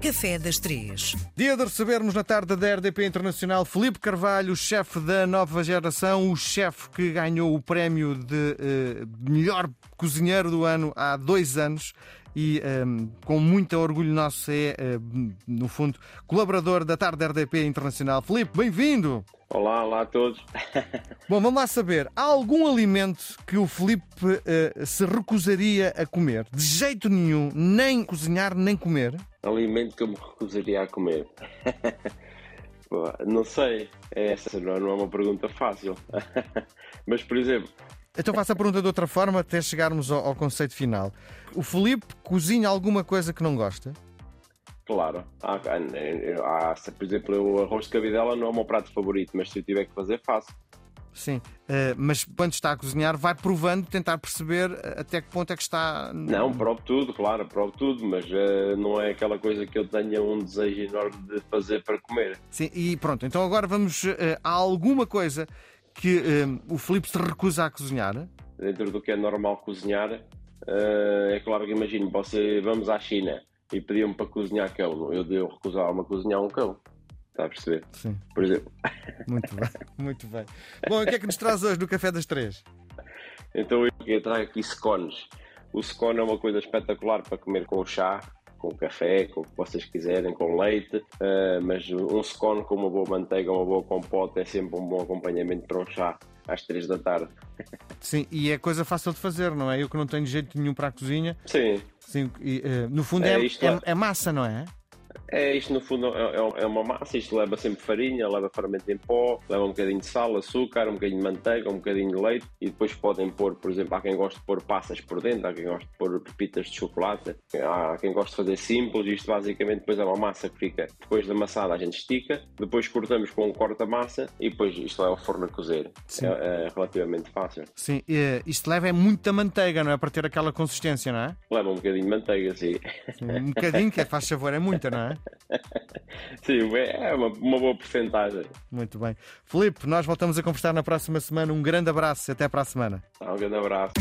Café das Três. Dia de recebermos na tarde da RDP Internacional Felipe Carvalho, chefe da nova geração, o chefe que ganhou o prémio de eh, melhor cozinheiro do ano há dois anos e ehm, com muito orgulho nosso é, eh, no fundo, colaborador da tarde da RDP Internacional. Felipe, bem-vindo! Olá, olá a todos. Bom, vamos lá saber, há algum alimento que o Felipe eh, se recusaria a comer? De jeito nenhum, nem cozinhar, nem comer? Alimento que eu me recusaria a comer. Pô, Não sei, essa não não é uma pergunta fácil. Mas, por exemplo, Então faço a pergunta de outra forma até chegarmos ao, ao conceito final. O Filipe cozinha alguma coisa que não gosta? claro, há, há- há- se, por exemplo, o arroz de cabidela não é o meu prato favorito, mas se eu tiver que fazer, faço. Sim. Eh, mas quando está a cozinhar, vai provando, tentar perceber eh, até que ponto é que está. Não, provo tudo, claro, provo tudo, mas eh, não é aquela coisa que eu tenha um desejo enorme de fazer para comer. Sim, e pronto, então agora vamos. eh, há alguma coisa que eh, o Filipe se recusa a cozinhar? dentro do que é normal cozinhar, eh, é claro que imagino, você vamos à China e pediam-me para cozinhar cão, eu, eu recusava-me a cozinhar um cão. Está a perceber? Sim, Por exemplo. muito bem, muito bem. Bom, o que é que nos traz hoje do Café das Três? Então eu eu trago aqui scones. O scone é uma coisa espetacular para comer com chá, com café, com o que vocês quiserem, com leite, eh, mas um scone com uma boa manteiga, uma boa compota é sempre um bom acompanhamento para um chá às três da tarde. Sim, e é coisa fácil de fazer, não é? Eu que não tenho jeito nenhum para a cozinha. Sim, Sim, e, eh, no fundo É é- isto, é. é, é massa, não é? É, isto no fundo é, é- é uma massa, isto leva sempre farinha, leva fermento em pó, leva um bocadinho de sal, açúcar, um bocadinho de manteiga, um bocadinho de leite e depois podem pôr, por exemplo, há quem goste de pôr passas por dentro, há quem goste de pôr pepitas de chocolate, há quem goste de fazer simples, isto basicamente depois é uma massa que fica, depois da amassada a gente estica, depois cortamos com um corta-massa e depois isto leva ao forno a cozer. Sim. É, é relativamente fácil. Sim, eh, isto leva é muita manteiga, não é? Para ter aquela consistência, não é? Leva um bocadinho de manteiga, sim. Um bocadinho, que é, faz favor, é muita, não é? Sim, é é uma, uma boa porcentagem. Muito bem. Filipe, nós voltamos a conversar na próxima semana. Um grande abraço e até para a semana. Um grande abraço.